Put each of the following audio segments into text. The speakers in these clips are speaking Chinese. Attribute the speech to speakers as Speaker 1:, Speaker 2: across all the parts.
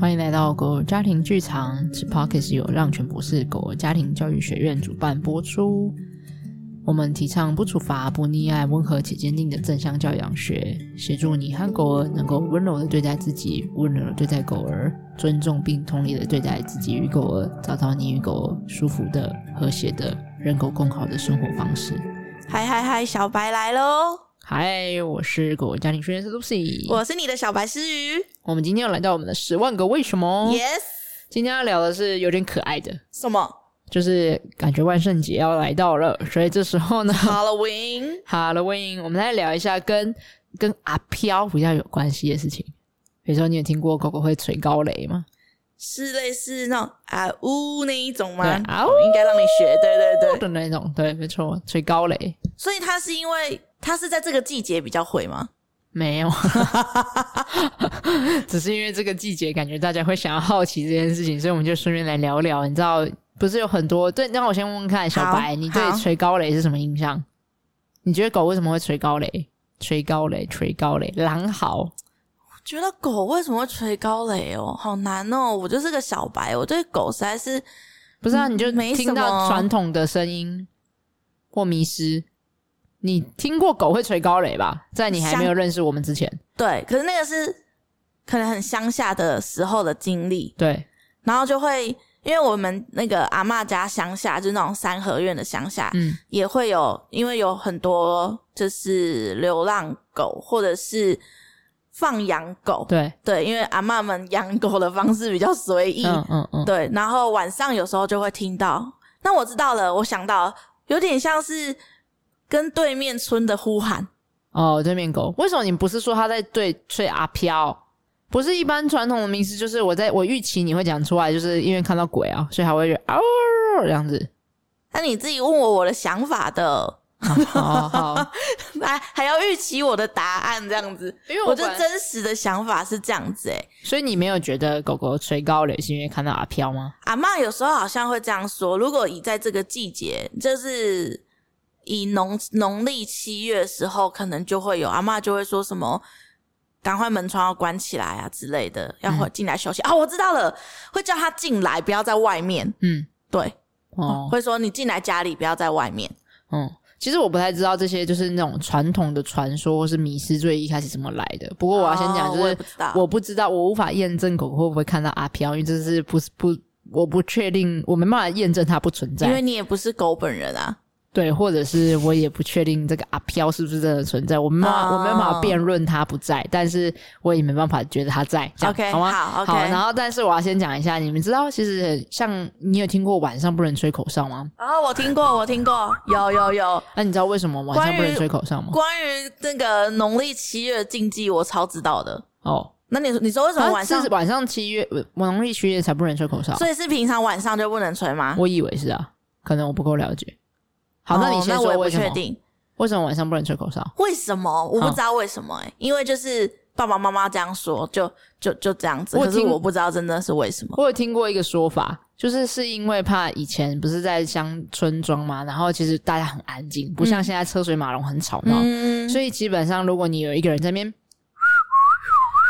Speaker 1: 欢迎来到狗儿家庭剧场，此 podcast 由让全博士狗儿家庭教育学院主办播出。我们提倡不处罚、不溺爱、温和且坚定的正向教养学，协助你和狗儿能够温柔的对待自己，温柔的对待狗儿，尊重并同理的对待自己与狗儿，找到你与狗儿舒服的、和谐的、人狗共好的生活方式。
Speaker 2: 嗨嗨嗨，小白来喽！
Speaker 1: 嗨，我是狗儿家庭训练师 Lucy，
Speaker 2: 我是你的小白诗雨。
Speaker 1: 我们今天又来到我们的十万个为什么。
Speaker 2: Yes，
Speaker 1: 今天要聊的是有点可爱的，
Speaker 2: 什么
Speaker 1: 就是感觉万圣节要来到了，所以这时候呢
Speaker 2: Halloween？
Speaker 1: ，Halloween 我们来聊一下跟跟阿飘比较有关系的事情。比如说，你有听过狗狗会吹高雷吗？
Speaker 2: 是类似那种啊呜那一种吗？
Speaker 1: 对啊呜哦
Speaker 2: 我应该让你学，对对对。
Speaker 1: 的那种，对，没错，吹高雷
Speaker 2: 所以它是因为它是在这个季节比较会吗？
Speaker 1: 没有， 只是因为这个季节，感觉大家会想要好奇这件事情，所以我们就顺便来聊聊。你知道，不是有很多对？那我先问问看，小
Speaker 2: 好
Speaker 1: 白，你对
Speaker 2: 好
Speaker 1: 吹高雷是什么印象？你觉得狗为什么会吹高雷？吹高雷，吹高雷，狼嚎。
Speaker 2: 我觉得狗为什么会吹高雷哦？好难哦！我就是个小白，我对狗实在是
Speaker 1: 不是啊，
Speaker 2: 嗯
Speaker 1: 你就
Speaker 2: 没什
Speaker 1: 听到
Speaker 2: 么
Speaker 1: 传统的声音或迷失。你听过狗会吹高雷吧？在你还没有认识我们之前，
Speaker 2: 对。可是那个是可能很乡下的时候的经历，
Speaker 1: 对
Speaker 2: 然后就会因为我们那个阿嬷家乡下就是那种三合院的乡下，
Speaker 1: 嗯，
Speaker 2: 也会有，因为有很多就是流浪狗或者是放养狗，
Speaker 1: 对，
Speaker 2: 对，因为阿嬷们养狗的方式比较随意，
Speaker 1: 嗯嗯嗯，
Speaker 2: 对，然后晚上有时候就会听到。那我知道了，我想到了有点像是跟对面村的呼喊，
Speaker 1: 哦，对面狗，为什么你不是说它在对吹阿飘？不是一般传统的名词，就是我在我预期你会讲出来，就是因为看到鬼啊，所以还会 觉得嗷这样子。
Speaker 2: 那你自己问我我的想法的，
Speaker 1: 好哦 好，好
Speaker 2: 还还要预期我的答案这样子，
Speaker 1: 因为
Speaker 2: 我
Speaker 1: 就
Speaker 2: 就
Speaker 1: 真，
Speaker 2: 真实的想法是这样子、欸，
Speaker 1: 所以你没有觉得狗狗吹高雷是因为看到阿飘吗？
Speaker 2: 阿嬷有时候好像会这样说：如果以在这个季节，就是以农农历七月时候，可能就会有阿嬷就会说什么“赶快门窗要关起来啊”之类的，
Speaker 1: 嗯
Speaker 2: 要回进来休息、啊。我知道了，会叫他进来，不要在外面。
Speaker 1: 嗯，
Speaker 2: 对，
Speaker 1: 哦，
Speaker 2: 会说你进来家里，不要在外面。
Speaker 1: 嗯，其实我不太知道这些就是那种传统的传说或是迷失最一开始怎么来的。不过我要先讲，
Speaker 2: 哦
Speaker 1: 就
Speaker 2: 我也
Speaker 1: 是
Speaker 2: 不知道
Speaker 1: 我不知道，我无法验证狗狗会不会看到阿飘，因为这是不是不我不确定，我没办法验证它不存
Speaker 2: 因
Speaker 1: 在
Speaker 2: 为。你也不是狗本人啊。
Speaker 1: 对，或者是我也不确定这个阿飘是不是真的存在，我没办法，
Speaker 2: 哦
Speaker 1: 我没办法辩论它不在，但是我也没办法觉得它在。这样
Speaker 2: OK，
Speaker 1: 好吗？
Speaker 2: 好，OK
Speaker 1: 好，然后但是我要先讲一下，你们知道，其实像你有听过晚上不能吹口哨吗？
Speaker 2: 然后哦我听过，我听过，有有有。
Speaker 1: 那、你知道为什么晚上不
Speaker 2: 关
Speaker 1: 能
Speaker 2: 于
Speaker 1: 吹口哨吗？
Speaker 2: 关于那个农历七月禁忌，我超知道的。
Speaker 1: 哦，
Speaker 2: 那你你说为什么
Speaker 1: 啊
Speaker 2: 晚上
Speaker 1: 是晚上七月，呃农历七月才不能吹口哨。
Speaker 2: 所以是平常晚上就不能吹吗？
Speaker 1: 我以为是啊，可能我不够了解。好，那你
Speaker 2: 哦
Speaker 1: 先
Speaker 2: 我
Speaker 1: 说
Speaker 2: 也不
Speaker 1: 为什
Speaker 2: 确
Speaker 1: 么？
Speaker 2: 定
Speaker 1: 为什么晚上不能吹口哨？
Speaker 2: 为什么，我不知道为什么、欸，因为就是爸爸妈妈这样说，就就就这样子。
Speaker 1: 我
Speaker 2: 可是
Speaker 1: 听
Speaker 2: 我不知道真的是为什么。
Speaker 1: 我有听过一个说法，就是是因为怕以前不是在乡村庄嘛，然后其实大家很安静，不像现在车水马龙很吵闹，
Speaker 2: 嗯，
Speaker 1: 所以基本上如果你有一个人在那边，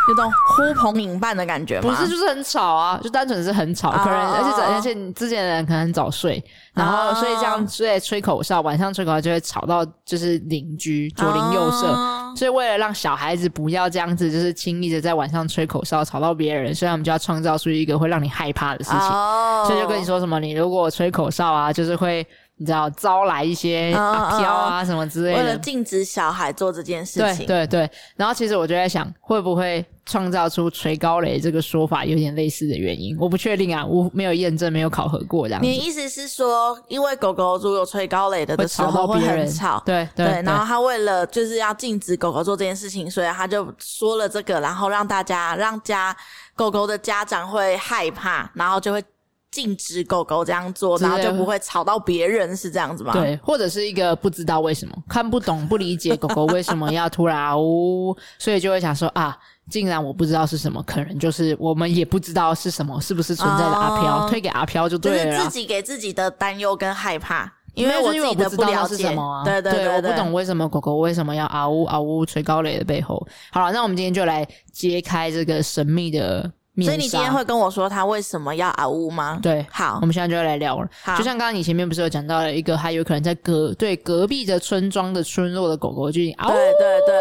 Speaker 2: 有种呼朋引伴的感觉
Speaker 1: 不
Speaker 2: 吗？
Speaker 1: 是就是很吵啊，就单纯是很吵，
Speaker 2: 哦
Speaker 1: 可能而且
Speaker 2: 哦哦
Speaker 1: 而且你之前的人可能很早睡，然后
Speaker 2: 哦
Speaker 1: 所以这样所以吹口哨，晚上吹口哨就会吵到就是邻居左邻右舍，
Speaker 2: 哦
Speaker 1: 所以为了让小孩子不要这样子，就是轻易的在晚上吹口哨吵到别人，所以他们就要创造出一个会让你害怕的事情。
Speaker 2: 哦
Speaker 1: 所以就跟你说什么，你如果吹口哨啊，就是会你知道招来一些
Speaker 2: 哦
Speaker 1: 阿飘啊什么之类
Speaker 2: 为了
Speaker 1: 的。
Speaker 2: 禁止小孩做这件事
Speaker 1: 对
Speaker 2: 情，
Speaker 1: 对对，然后其实我就在想，会不会创造出锤高雷这个说法有点类似的原因？我不确定啊，我没有验证，没有考核过这样子
Speaker 2: 你的，意思是说，因为狗狗如果有吹高雷的的时
Speaker 1: 吵
Speaker 2: 候
Speaker 1: 到
Speaker 2: 会
Speaker 1: 别
Speaker 2: 很
Speaker 1: 人
Speaker 2: 吵，
Speaker 1: 对对
Speaker 2: 对，然后他为了就是要禁止狗狗做这件事情，所以他就说了这个，然后让大家让家狗狗的家长会害怕，然后就会禁止狗狗这样做，
Speaker 1: 之类
Speaker 2: 然
Speaker 1: 的
Speaker 2: 后就不会吵到别人，是这样子吗？，
Speaker 1: 对，或者是一个不知道为什么、 看不懂、不理解狗狗为什么要突然啊呜， 所以就会想说啊，竟然我不知道是什么，可能就是我们也不知道是什么，是不是存在的阿飘？
Speaker 2: 哦
Speaker 1: 推给阿飘就
Speaker 2: 就
Speaker 1: 对
Speaker 2: 是
Speaker 1: 了
Speaker 2: 自
Speaker 1: 啦。
Speaker 2: 己给自己的担忧跟害怕，因
Speaker 1: 因
Speaker 2: 为
Speaker 1: 我
Speaker 2: 自
Speaker 1: 因为
Speaker 2: 己
Speaker 1: 不
Speaker 2: 的
Speaker 1: 知
Speaker 2: 了
Speaker 1: 道是
Speaker 2: 解，
Speaker 1: 什么啊，
Speaker 2: 对
Speaker 1: 对
Speaker 2: 对对，
Speaker 1: 我不懂为什么狗狗为什么要啊嗷呜嗷呜吹高雷的背后。好了，那我们今天就来揭开这个神秘的面
Speaker 2: 所
Speaker 1: 纱。
Speaker 2: 以你今天会嗯跟我说他为什么要啊呜吗？，
Speaker 1: 对，
Speaker 2: 好
Speaker 1: 我，们现在就要来聊了。
Speaker 2: 好
Speaker 1: 就像刚刚你前面不是有讲到了一个，还有可能在隔对隔壁的村庄的村落的狗狗就已经嗷，
Speaker 2: 对对对，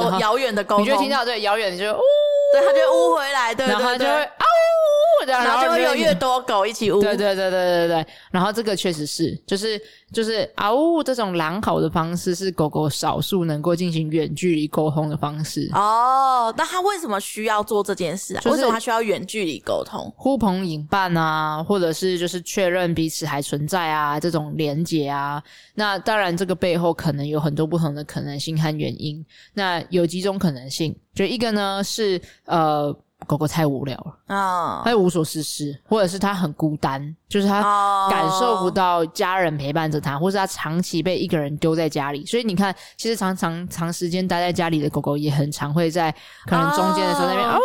Speaker 1: 然
Speaker 2: 沟
Speaker 1: 后
Speaker 2: 遥远的沟通，
Speaker 1: 你就听，到对遥远，你就呜，
Speaker 2: 对，他就会呜回来，对
Speaker 1: 然后它
Speaker 2: 对
Speaker 1: 就会
Speaker 2: 对，
Speaker 1: 嗷，这样
Speaker 2: 然后就会有
Speaker 1: 你
Speaker 2: 越多狗一起呜，
Speaker 1: 对对对对对对，然后这个确实是，就是就是嗷呜这种狼嚎的方式是狗狗少数能够进行远距离沟通的方式。
Speaker 2: 哦，那他为什么需要做这件事啊？
Speaker 1: 就是
Speaker 2: 为什么他需要远距离沟通？
Speaker 1: 呼朋引伴啊，或者是就是确认彼此还存在啊，这种连结啊。那当然，这个背后可能有很多不同的可能性和原因。那有几种可能性，就一个呢是呃，狗狗太无聊了，
Speaker 2: 啊、
Speaker 1: 它无所事事，或者是它很孤单，就是它
Speaker 2: 哦，
Speaker 1: 感受不到家人陪伴着他，或是他长期被一个人丢在家里。所以你看，其实常常长时间待在家里的狗狗，也很常会在可能中间的时候那边
Speaker 2: 哦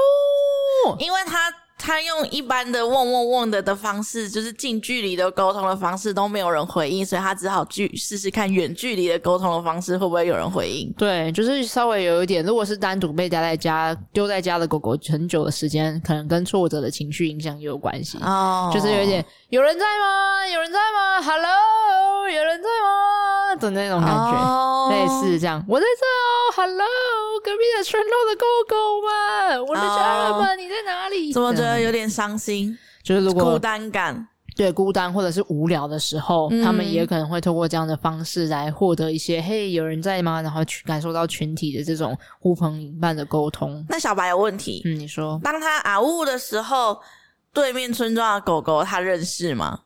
Speaker 1: 哦
Speaker 2: 因为他他用一般的嗡嗡嗡的的方式，就是近距离的沟通的方式都没有人回应，所以他只好去试试看远距离的沟通的方式会不会有人回应。
Speaker 1: 对，就是稍微有一点，如果是单独被待在家、丢在家的狗狗很久的时间，可能跟挫折的情绪影响也有关系。
Speaker 2: 哦
Speaker 1: 就是有一点有人在吗？有人在吗？Hello，有人在吗？的那种感觉。
Speaker 2: 哦
Speaker 1: 类似这样，我在这哦，Hello，隔壁的村落的狗狗们，我的家人们，你在哪里？
Speaker 2: 哦怎么觉
Speaker 1: 这
Speaker 2: 得
Speaker 1: 样
Speaker 2: 有点伤心、
Speaker 1: 就是如
Speaker 2: 孤
Speaker 1: 果
Speaker 2: 单感？
Speaker 1: 对孤单或者是无聊的时候，
Speaker 2: 嗯
Speaker 1: 他们也可能会透过这样的方式来获得一些“嘿，有人在吗？”然后去感受到群体的这种呼朋引伴的沟通。
Speaker 2: 那小白有问题，
Speaker 1: 嗯，你说
Speaker 2: 当他啊呜的时候，对面村庄的狗狗他认识吗？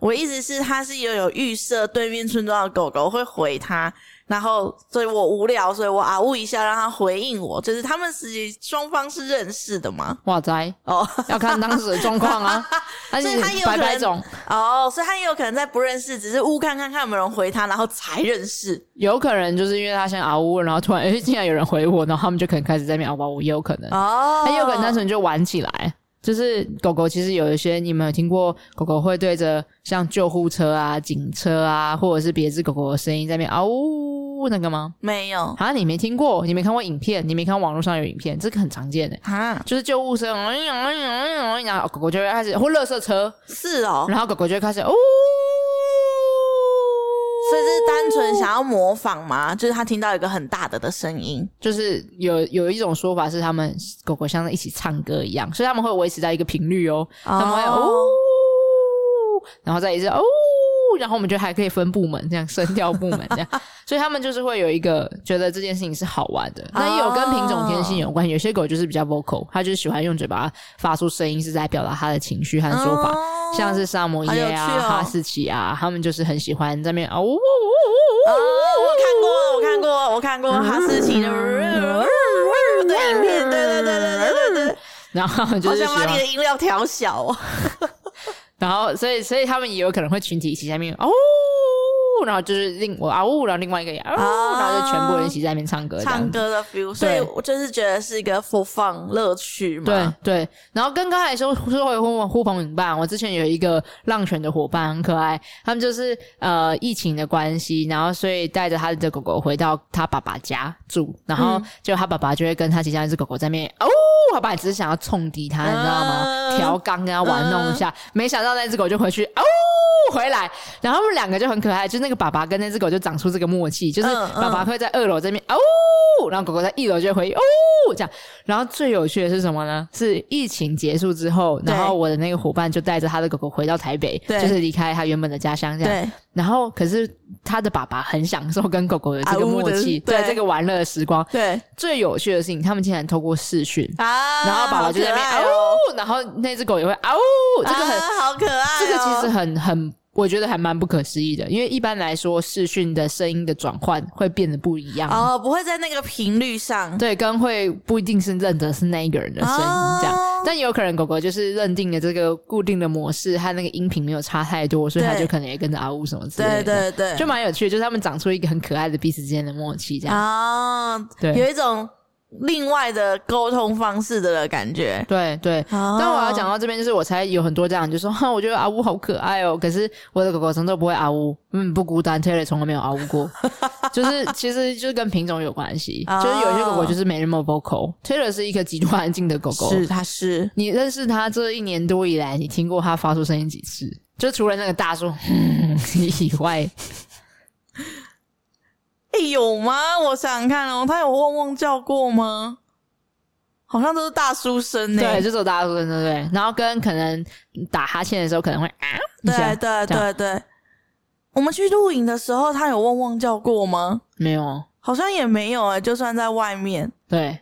Speaker 2: 我意思是，他是有有预设对面村庄的狗狗会回他，然后所以我无聊，所以我啊呜一下让他回应我，就是他们自己双方是认识的吗？
Speaker 1: 哇塞，
Speaker 2: 哦
Speaker 1: 要看当时的状况 啊，而
Speaker 2: 所
Speaker 1: 且
Speaker 2: 以他也有
Speaker 1: 白
Speaker 2: 可
Speaker 1: 白
Speaker 2: 能
Speaker 1: 种
Speaker 2: 哦，所以他也有可能在不认识，只是呜看看看有没有人回他，然后才认识。
Speaker 1: 有可能就是因为他先嗷呜，然后突然哎、竟然有人回我，然后他们就可能开始在那边嗷嗷呜，也有可能。
Speaker 2: 哦
Speaker 1: 它也有可能单纯就玩起来。就是狗狗，其实有一些你们有听过，狗狗会对着像救护车啊、警车啊，或者是别只狗狗的声音在那边嗷呜那个吗？
Speaker 2: 没有
Speaker 1: 啊，你没听过，你没看过影片，你没看网络上有影片，这个很常见的、
Speaker 2: 啊，
Speaker 1: 就是救护车，哎呀哎呀哎呀哎呀，然后狗狗就会开始，或垃圾车，
Speaker 2: 是哦，
Speaker 1: 然后狗狗就会开始哦，
Speaker 2: 所以是单纯想要模仿吗？就是他听到一个很大的的声音，
Speaker 1: 就是有有一种说法是，他们狗狗像在一起唱歌一样，所以他们会维持在一个频率哦，他们会哦，然后再一次哦，然后我们就还可以分部门，这样声调部门这 样，所以他们就是会有一个觉得这件事情是好玩
Speaker 2: 哦
Speaker 1: 的。那也有跟品种天性有关，有些狗就是比较 vocal，它就是喜欢用嘴巴发出声音，是在表达它的情绪和说法。
Speaker 2: 哦
Speaker 1: 像是萨摩耶啊、
Speaker 2: 好有趣哦
Speaker 1: 哈士奇啊，他们就是很喜欢在那边哦，呜呜呜
Speaker 2: 哦，我看过，我看过，我看过哈士奇的的影片，对对对对对对对，
Speaker 1: 然后他们就
Speaker 2: 好
Speaker 1: 是喜
Speaker 2: 想把
Speaker 1: 欢
Speaker 2: 你的音量调小哦。
Speaker 1: 然后，所以，所以他们也有可能会群体一起在那边哦，然后就是另我啊呜，然后另外一个也啊呜，
Speaker 2: 啊
Speaker 1: 然后就全部人一起在那边唱歌，这样
Speaker 2: 唱
Speaker 1: 子。
Speaker 2: 歌的 feel，所以我就是觉得是一个 for fun 乐趣嘛。
Speaker 1: 对对，然后跟刚才说说回呼呼朋引伴，我之前有一个浪犬的伙伴很可爱，他们就是呃疫情的关系，然后所以带着他的狗狗回到他爸爸家住，然后
Speaker 2: 嗯
Speaker 1: 就他爸爸就会跟他其他一只狗狗在那边哦，他爸爸只是想要冲抵他，你知道吗？
Speaker 2: 啊
Speaker 1: 调缸跟他玩弄一下，没想到那只狗就回去哦。回来，然后他们两个就很可爱，就是那个爸爸跟那只狗就长出这个默契，就是
Speaker 2: 嗯嗯
Speaker 1: 爸爸会在二楼这边、哦，然后狗狗在一楼就会回哦这样。然后最有趣的是什么呢？是疫情结束之后，
Speaker 2: 对
Speaker 1: 然后我的那个伙伴就带着他的狗狗回到台北，
Speaker 2: 对
Speaker 1: 就是离开他原本的家乡这样。
Speaker 2: 对，
Speaker 1: 然后可是他的爸爸很享受跟狗狗的这个
Speaker 2: 啊呜
Speaker 1: 默
Speaker 2: 的
Speaker 1: 契，
Speaker 2: 对
Speaker 1: 对这个玩乐的时光。
Speaker 2: 对
Speaker 1: 最有趣的事情，他们竟然透过视讯，
Speaker 2: 啊，
Speaker 1: 然后爸爸就在那边
Speaker 2: 好可
Speaker 1: 啊
Speaker 2: 爱哦，
Speaker 1: 呜，然后那只狗也会啊呜，这个很
Speaker 2: 啊好可爱哦，
Speaker 1: 这个其实很很，我觉得还蛮不可思议的，因为一般来说视讯的声音的转换会变得不一样，
Speaker 2: 哦不会在那个频率上，
Speaker 1: 对，跟会不一定是认得是那一个人的声音这样。
Speaker 2: 哦
Speaker 1: 但有可能狗狗就是认定了这个固定的模式和那个音频没有差太多，所以它
Speaker 2: 对
Speaker 1: 就可能也跟着啊嗷呜什么之类的，
Speaker 2: 对对对，
Speaker 1: 就蛮有趣的，就是他们长出一个很可爱的彼此之间的默契这样。
Speaker 2: 啊，
Speaker 1: 对
Speaker 2: 有一种另外的沟通方式的了感觉。
Speaker 1: 对对。
Speaker 2: 但
Speaker 1: 但我要讲到这边，就是我才有很多这样，就说哈，我觉得阿乌好可爱哦，可是我的狗狗从都不会阿乌，嗯，不孤单，Taylor 从来没有阿乌 过，就是其实就是跟品种有关系，
Speaker 2: 哦
Speaker 1: 就是有些狗狗就是没那么 vocal，Taylor 是一个极度安静的狗狗，
Speaker 2: 是，它是
Speaker 1: 你认识它这一年多以来，你听过它发出声音几次？就除了那个大叔 以外，
Speaker 2: 哎、有吗？我想想看哦，他有汪汪叫过吗？好像都是大叔声呢、
Speaker 1: 对，就只有大叔声，对不对？然后跟可能打哈欠的时候可能会啊一下
Speaker 2: 对，对
Speaker 1: 这样
Speaker 2: 对对。我们去露营的时候，他有汪汪叫过吗？
Speaker 1: 没有，
Speaker 2: 好像也没有哎、就算在外面
Speaker 1: 对，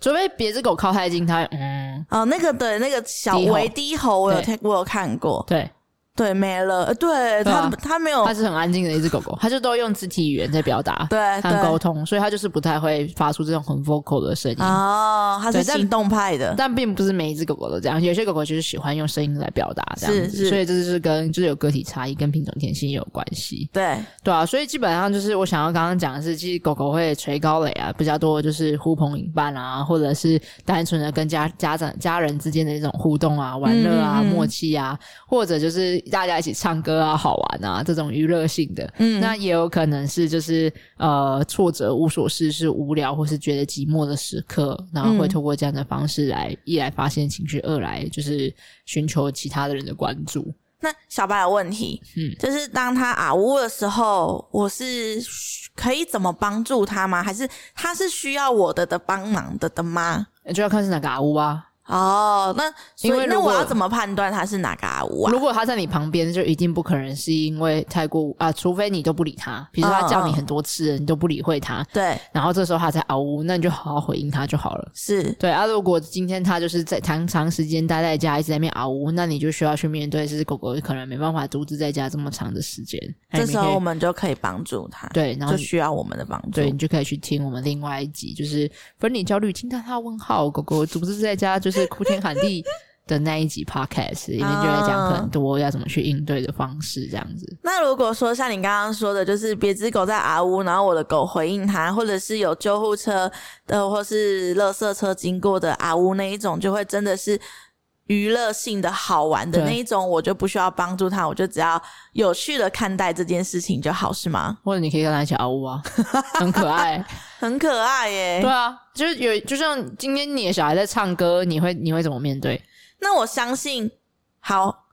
Speaker 1: 除非别只狗靠太近，它会嗯，
Speaker 2: 啊、那个对，那个小
Speaker 1: 低吼
Speaker 2: 围低吼，我有
Speaker 1: 对
Speaker 2: take 我有看过，
Speaker 1: 对，
Speaker 2: 对，没了，呃对
Speaker 1: 对啊
Speaker 2: 他他没有，
Speaker 1: 它，是很安静的一只狗狗，它就都用肢体语言在表达
Speaker 2: 哦对
Speaker 1: 和沟
Speaker 2: 对，
Speaker 1: 通，所以它就是不太会发出这种很 vocal 的声音。
Speaker 2: 哦，他是
Speaker 1: 对但
Speaker 2: 行动派的，
Speaker 1: 但并不是每一只狗狗都这样，有些狗狗就是喜欢用声音来表达这样子，
Speaker 2: 是是
Speaker 1: 所以这就是跟就是有个体差异跟品种天性也有关系。
Speaker 2: 对，
Speaker 1: 对啊，所以基本上就是我想要刚刚讲的是，其实狗狗会垂高垒啊，比较多就是呼朋引伴啊，或者是单纯的跟家家长家人之间的一种互动啊、玩乐啊、
Speaker 2: 嗯嗯嗯
Speaker 1: 默契啊，或者就是大家一起唱歌啊、好玩啊这种娱乐性的。
Speaker 2: 嗯，
Speaker 1: 那也有可能是就是呃挫折无所事事无聊或是觉得寂寞的时刻，然后会
Speaker 2: 嗯
Speaker 1: 透过这样的方式来一来发泄情绪，二来就是寻求其他的人的关注。
Speaker 2: 那小白有问题，
Speaker 1: 嗯
Speaker 2: 就是当他啊呜的时候，我是需可以怎么帮助他吗？还是他是需要我的的帮忙的的吗？
Speaker 1: 就要看是哪个阿乌啊，
Speaker 2: 哦，那
Speaker 1: 因
Speaker 2: 所
Speaker 1: 为
Speaker 2: 以那
Speaker 1: 如果
Speaker 2: 我要怎么判断他是哪个啊呜啊
Speaker 1: 如？果他在你旁边，就一定不可能是因为太过啊，除非你都不理他。比如说他叫你很多次了，你都不理会他，
Speaker 2: 对，
Speaker 1: 然后这时候他才嗷呜，那你就好好回应他就好了。
Speaker 2: 是
Speaker 1: 对啊，如果今天他就是在长长时间待在家，一直在那边嗷呜，那你就需要去面对，是狗狗可能没办法独自在家这么长的时间。那
Speaker 2: 这
Speaker 1: 你
Speaker 2: 时
Speaker 1: 可以
Speaker 2: 候我们就可以帮助他，，
Speaker 1: 哎对，然后
Speaker 2: 就
Speaker 1: 你
Speaker 2: 需要我们的帮助
Speaker 1: 对。你就可以去听我们另外一集，就是分离焦虑惊叹号问号狗狗独自在家就是哭天喊地的那一集 podcast 里面就在讲很多要怎么去应对的方式，这样子。
Speaker 2: 那如果说像你刚刚说的，就是别只狗在啊呜，然后我的狗回应它，或者是有救护车的或是垃圾车经过的啊呜那一种，就会真的是娱乐性的好玩的
Speaker 1: 对
Speaker 2: 那一种，我就不需要帮助它，我就只要有趣的看待这件事情就好，是吗？
Speaker 1: 或者你可以跟他一起嗷呜 啊，很可爱。
Speaker 2: 很可爱
Speaker 1: 对
Speaker 2: 耶。
Speaker 1: 啊，就是有，就像今天你的小孩在唱歌，你会你会怎么面对？
Speaker 2: 那我相信，好，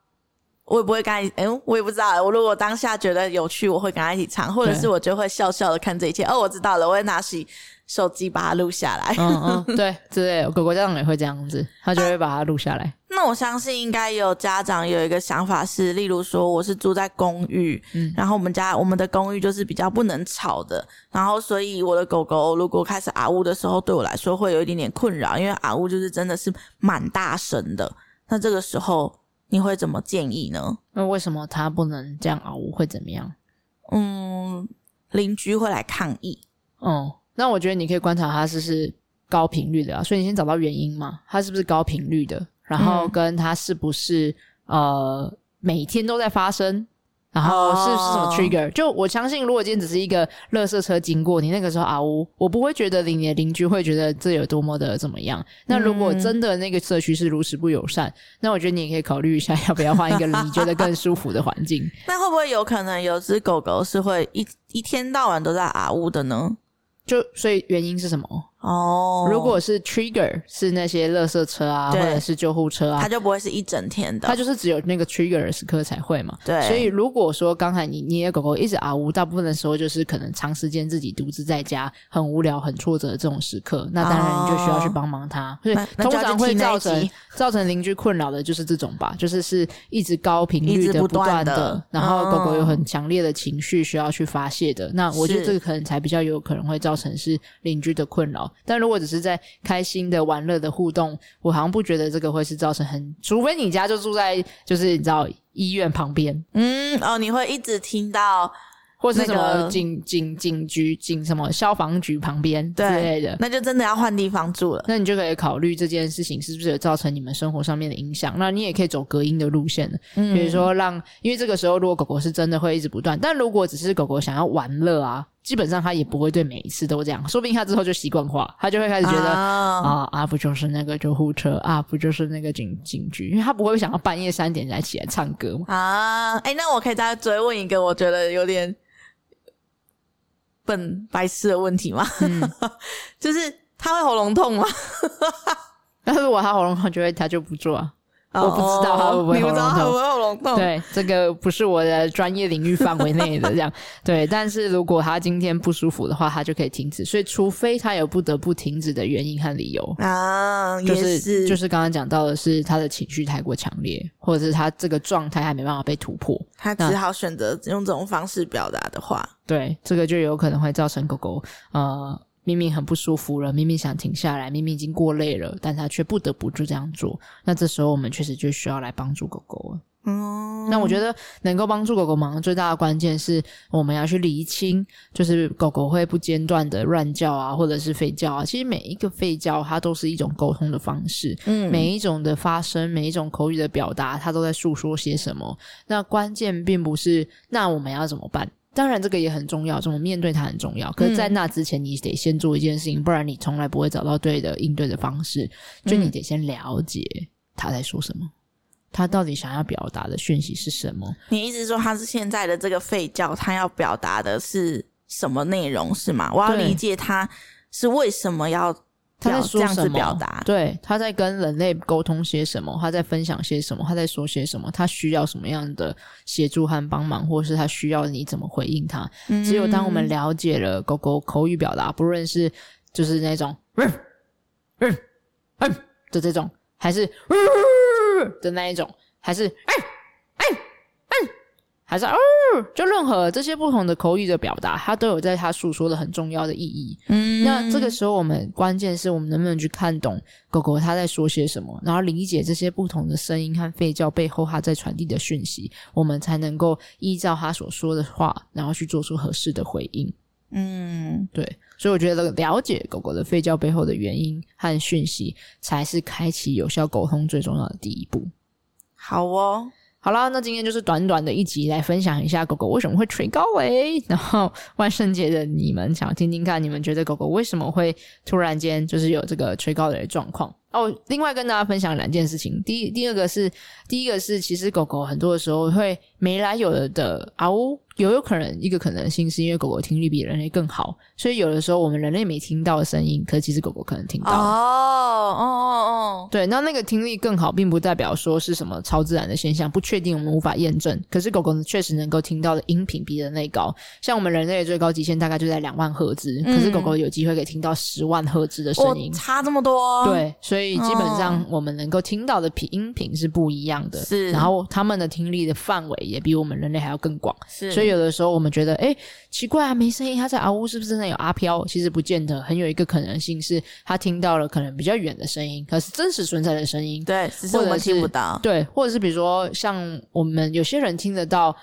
Speaker 2: 我也不会跟他一，嗯、我也不知道。我如果当下觉得有趣，我会跟他一起唱，或者
Speaker 1: 对
Speaker 2: 是我就会笑笑的看这一切。哦，我知道了，我会拿起手机把它录下来。
Speaker 1: 嗯嗯， 对，之类的。狗狗家长也会这样子，他就会把它录下来。
Speaker 2: 那我相信应该有家长有一个想法是，例如说我是住在公寓，
Speaker 1: 嗯
Speaker 2: 然后我们家我们的公寓就是比较不能吵的，然后所以我的狗狗如果开始啊呜的时候，对我来说会有一点点困扰，因为啊呜就是真的是蛮大声的。那这个时候你会怎么建议呢？
Speaker 1: 那为什么它不能这样嗷呜会怎么样？
Speaker 2: 嗯，邻居会来抗议，
Speaker 1: 嗯，那我觉得你可以观察它是不是高频率的啊，所以你先找到原因嘛，它是不是高频率的，然后
Speaker 2: 嗯
Speaker 1: 跟它是不是呃每天都在发生。然后是是什么
Speaker 2: 哦
Speaker 1: trigger？、就我相信，如果今天只是一个垃圾车经过，你那个时候啊呜，我不会觉得你的邻居会觉得这有多么的怎么样。那如果
Speaker 2: 嗯
Speaker 1: 真的那个社区是如此不友善，那我觉得你也可以考虑一下，要不要换一个你觉得更舒服的环境。
Speaker 2: 那会不会有可能有只狗狗是会一一天到晚都在啊呜的呢？
Speaker 1: 就所以原因是什么？
Speaker 2: 哦，
Speaker 1: 如果是 trigger 是那些垃圾车啊，或
Speaker 2: 对
Speaker 1: 者是救护车啊
Speaker 2: 它，就不会是一整天的，
Speaker 1: 它就是只有那个 trigger 的时刻才会嘛。
Speaker 2: 对
Speaker 1: 所以如果说刚才你你的狗狗一直啊呜，大部分的时候就是可能长时间自己独自在家，很无聊、很挫折的这种时刻，那当然你就需要去帮忙它。所以
Speaker 2: 那哦那
Speaker 1: 通
Speaker 2: 就要
Speaker 1: 常
Speaker 2: 去
Speaker 1: 会
Speaker 2: 听那
Speaker 1: 造
Speaker 2: 一
Speaker 1: 成
Speaker 2: 集
Speaker 1: 造成邻居困扰的就是这种吧，就是是一直高频
Speaker 2: 一
Speaker 1: 率
Speaker 2: 直
Speaker 1: 的
Speaker 2: 不
Speaker 1: 断
Speaker 2: 断的
Speaker 1: 然后狗狗有
Speaker 2: 嗯
Speaker 1: 很强烈的情绪需要去发泄的。那我觉得
Speaker 2: 是
Speaker 1: 这个可能才比较有可能会造成是邻居的困扰。但如果只是在开心的玩乐的互动，我好像不觉得这个会是造成很，除非你家就住在就是你知道医院旁边，
Speaker 2: 嗯，哦，你会一直听到，
Speaker 1: 或是什
Speaker 2: 那
Speaker 1: 么
Speaker 2: 个
Speaker 1: 警警警局、警什么消防局旁边之
Speaker 2: 对
Speaker 1: 类的。
Speaker 2: 那就真的要换地方住了。
Speaker 1: 那你就可以考虑这件事情是不是有造成你们生活上面的影响。那你也可以走隔音的路线，
Speaker 2: 嗯
Speaker 1: 比如，说让，因为这个时候如果狗狗是真的会一直不断，但如果只是狗狗想要玩乐啊，基本上他也不会对每一次都这样，说不定他之后就习惯化，他就会开始觉得
Speaker 2: 啊，
Speaker 1: 啊啊，不就是那个救护车啊，不就是那个警警局，因为他不会想要半夜三点才起来唱歌嘛。
Speaker 2: 啊，哎、那我可以再追问一个我觉得有点笨白痴的问题吗？
Speaker 1: 嗯
Speaker 2: 就是他会喉咙痛吗？
Speaker 1: 但是如果他喉咙痛，就会他就不做啊。我不知道他会不会
Speaker 2: 哦你不知道
Speaker 1: 喉
Speaker 2: 他
Speaker 1: 咙痛
Speaker 2: 会不会喉咙 痛？，
Speaker 1: 对，这个不是我的专业领域范围内的这样。 对，但是如果他今天不舒服的话，他就可以停止。所以，除非他有不得不停止的原因和理由，
Speaker 2: 啊，
Speaker 1: 就
Speaker 2: 也
Speaker 1: 是
Speaker 2: 是
Speaker 1: 就是是刚刚讲到的是他的情绪太过强烈，或者是他这个状态还没办法被突破。
Speaker 2: 他只好选择用这种方式表达的话，
Speaker 1: 对，这个就有可能会造成狗狗呃，明明很不舒服了，明明想停下来，明明已经过累了，但它却不得不就这样做。那这时候我们确实就需要来帮助狗狗了。
Speaker 2: 嗯，
Speaker 1: 那我觉得能够帮助狗狗忙的最大的关键是，我们要去厘清，就是狗狗会不间断的乱叫啊，或者是吠叫啊。其实每一个吠叫，它都是一种沟通的方式。
Speaker 2: 嗯
Speaker 1: 每一种的发声，每一种口语的表达，它都在诉说些什么。那关键并不是那我们要怎么办，当然这个也很重要，怎么面对它很重要。可是，在那之前，你得先做一件事情，不然你从来不会找到对的应对的方式。就你得先了解他在说什么，他到底想要表达的讯息是什么。
Speaker 2: 你一直说他是现在的这个吠教，他要表达的是什么内容是吗？我要
Speaker 1: 对
Speaker 2: 理解他是为什么要
Speaker 1: 他在
Speaker 2: 表这
Speaker 1: 说
Speaker 2: 样
Speaker 1: 什
Speaker 2: 子
Speaker 1: 么？
Speaker 2: 表达，
Speaker 1: 对，他在跟人类沟通些什么？他在分享些什么？他在说些什么？他需要什么样的协助和帮忙，或是他需要你怎么回应他？
Speaker 2: 嗯
Speaker 1: 只有当我们了解了狗狗口语表达，不论是就是那种嗯嗯嗯的这种，还是嗯的那一种，还是
Speaker 2: 嗯
Speaker 1: 哎哎哎，还是哦，就任何这些不同的口语的表达，它都有在它诉说的很重要的意义。
Speaker 2: 嗯
Speaker 1: 那这个时候，我们关键是我们能不能去看懂狗狗它在说些什么，然后理解这些不同的声音和吠叫背后它在传递的讯息，我们才能够依照它所说的话，然后去做出合适的回应。
Speaker 2: 嗯
Speaker 1: 对，所以我觉得了解狗狗的吠叫背后的原因和讯息，才是开启有效沟通最重要的第一步。
Speaker 2: 好哦，
Speaker 1: 好啦，那今天就是短短的一集来分享一下狗狗为什么会垂高尾，然后万圣节的你们想听听看，你们觉得狗狗为什么会突然间就是有这个垂高尾的状况？哦，另外跟大家分享两件事情，第一，第二个是，第一个是，其实狗狗很多的时候会没来由的啊呜，有有可能一个可能性是因为狗狗听力比人类更好，所以有的时候我们人类没听到的声音，可是其实狗狗可能听
Speaker 2: 哦
Speaker 1: 到了。
Speaker 2: 哦哦
Speaker 1: 对，那那个听力更好，并不代表说是什么超自然的现象，不确定，我们无法验证。可是狗狗确实能够听到的音频比人类高，像我们人类的最高极限大概就在两万赫兹，可是狗狗有机会可以听到十万赫兹的
Speaker 2: 哦，嗯我
Speaker 1: 声音。
Speaker 2: 差这么多，，
Speaker 1: 对，所以基本上
Speaker 2: 哦
Speaker 1: 我们能够听到的频音频是不一样的，
Speaker 2: 是
Speaker 1: 然后他们的听力的范围也比我们人类还要更广。
Speaker 2: 是，
Speaker 1: 所以有的时候我们觉得，哎、奇怪啊，没声音，他在嗷呜，是不是真的有阿飘？其实不见得，很有一个可能性是他听到了可能比较远的声音，可是真实存在的声音。
Speaker 2: 对，只是
Speaker 1: 或
Speaker 2: 我
Speaker 1: 者
Speaker 2: 们听
Speaker 1: 是
Speaker 2: 不到，
Speaker 1: 对，或者是比如说像我们有些人听得到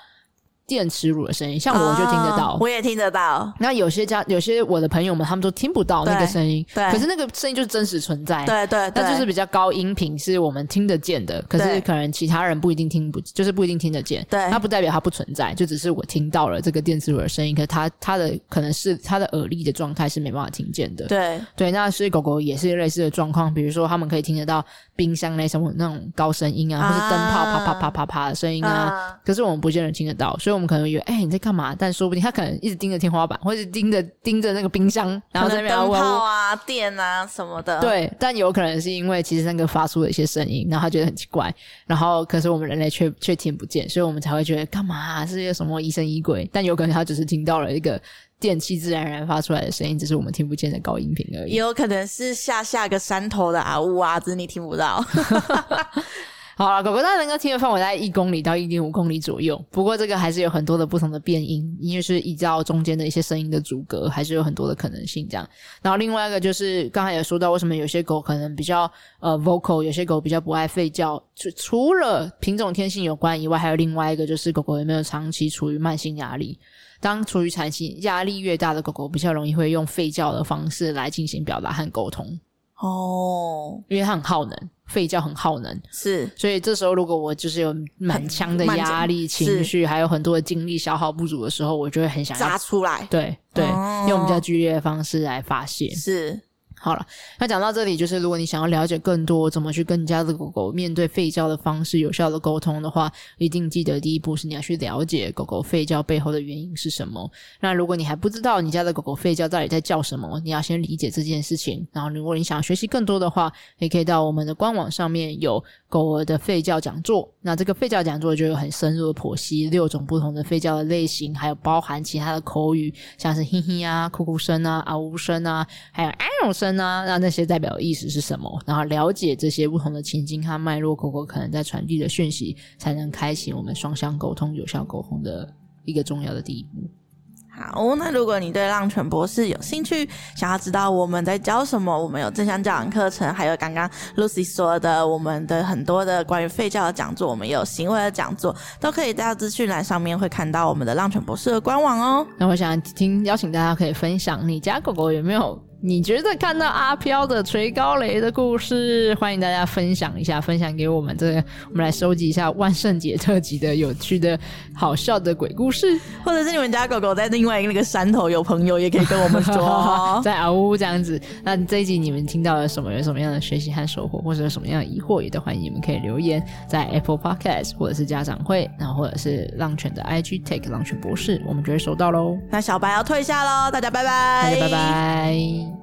Speaker 1: 电磁乳的声音，像我就听得到。
Speaker 2: 哦我也听得到，
Speaker 1: 那有些家有些我的朋友们，他们都听不到那个
Speaker 2: 对
Speaker 1: 声音，
Speaker 2: 对
Speaker 1: 可是那个声音就是真实存在。啊
Speaker 2: 对对对，
Speaker 1: 哎那就是比较高音频，是我们听得见的，可是
Speaker 2: 对
Speaker 1: 可能其他人不一定听不，就是不一定听得见。
Speaker 2: 对
Speaker 1: 它不代表它不存在，就只是我听到了这个电磁炉的声音，可是它它的可能是它的耳力的状态是没办法听见的。
Speaker 2: 对
Speaker 1: 对，那所以狗狗也是类似的状况，比如说它们可以听得到冰箱那什么那种高声音啊，或是灯泡啪啪啪啪啪的声音啊。
Speaker 2: 啊，
Speaker 1: 可是我们不见得听得到，所以我们可能以为，哎、你在干嘛？但说不定它可能一直盯着天花板，或者盯着盯着那个冰箱，然后
Speaker 2: 可
Speaker 1: 在那
Speaker 2: 能
Speaker 1: 边
Speaker 2: 灯
Speaker 1: 呜呜
Speaker 2: 泡啊、电啊什么的，，
Speaker 1: 对，但有可能是因为其实那个发出了一些声音，然后他觉得很奇怪，然后可是我们人类却却听不见，所以我们才会觉得干嘛啊、是一个什么疑神疑鬼？但有可能他只是听到了一个电器自然而然发出来的声音，只是我们听不见的高音频而
Speaker 2: 也
Speaker 1: 已。
Speaker 2: 有可能是下下个山头的啊呜啊，只是你听 不到。
Speaker 1: 好了，狗狗它能够听的范围在一公里到一点五公里左右，不过这个还是有很多的不同的变音，因为是依照中间的一些声音的阻隔，还是有很多的可能性这样。然后另外一个就是刚才也说到，为什么有些狗可能比较呃 vocal，有些狗比较不爱吠叫，除除了品种天性有关以外，还有另外一个就是狗狗有没有长期处于慢性压力。当处于长期压力越大的狗狗，比较容易会用吠叫的方式来进行表达和沟通，
Speaker 2: 哦，
Speaker 1: 因为它很耗能，吠叫很耗能，
Speaker 2: 是
Speaker 1: 所以这时候如果我就是有满腔的
Speaker 2: 很满腔
Speaker 1: 压力、情
Speaker 2: 是
Speaker 1: 绪，还有很多的精力消耗不足的时候，我就会很想
Speaker 2: 扎
Speaker 1: 要
Speaker 2: 出来，
Speaker 1: 对对，
Speaker 2: 哦
Speaker 1: 用比较剧烈的方式来发泄。
Speaker 2: 是
Speaker 1: 好了，那讲到这里，就是如果你想要了解更多怎么去跟你家的狗狗面对吠叫的方式有效的沟通的话，一定记得第一步是你要去了解狗狗吠叫背后的原因是什么。那如果你还不知道你家的狗狗吠叫到底在叫什么，你要先理解这件事情。然后，如果你想学习更多的话，也可以到我们的官网上面有狗儿的吠叫讲座。那这个吠叫讲座就有很深入的剖析六种不同的吠叫的类型，还有包含其他的口语，像是嘿嘿啊、哭哭声啊、嗷呜声啊，还有哎呦声啊，那那些代表的意思是什么？然后了解这些不同的情境和脉络，狗狗可能在传递的讯息，才能开启我们双向沟通、有效沟通的一个重要的第一步。
Speaker 2: 好，那如果你对浪犬博士有兴趣，想要知道我们在教什么，我们有正向教养课程，还有刚刚 Lucy 说的，我们的很多的关于吠教的讲座，我们也有行为的讲座，都可以在资讯栏上面会看到我们的浪犬博士的官网哦。
Speaker 1: 那我想听邀请大家可以分享你家狗狗有没有你觉得看到阿飘的锤高雷的故事，欢迎大家分享一下，分享给我们这个，我们来收集一下万圣节特辑的有趣的好笑的鬼故事，
Speaker 2: 或者是你们家狗狗在另外一个那个山头有朋友，也可以跟我 们说哦。
Speaker 1: 在嗷呜这样子。那这一集你们听到了什么？有什么样的学习和收获，或者有什么样的疑惑，也都欢迎你们可以留言在 Apple Podcast 或者是家长会，然后或者是浪犬的 IG Take 浪犬博士，我们就会收到喽。
Speaker 2: 那小白要退下喽，大家拜拜，
Speaker 1: 大家拜拜。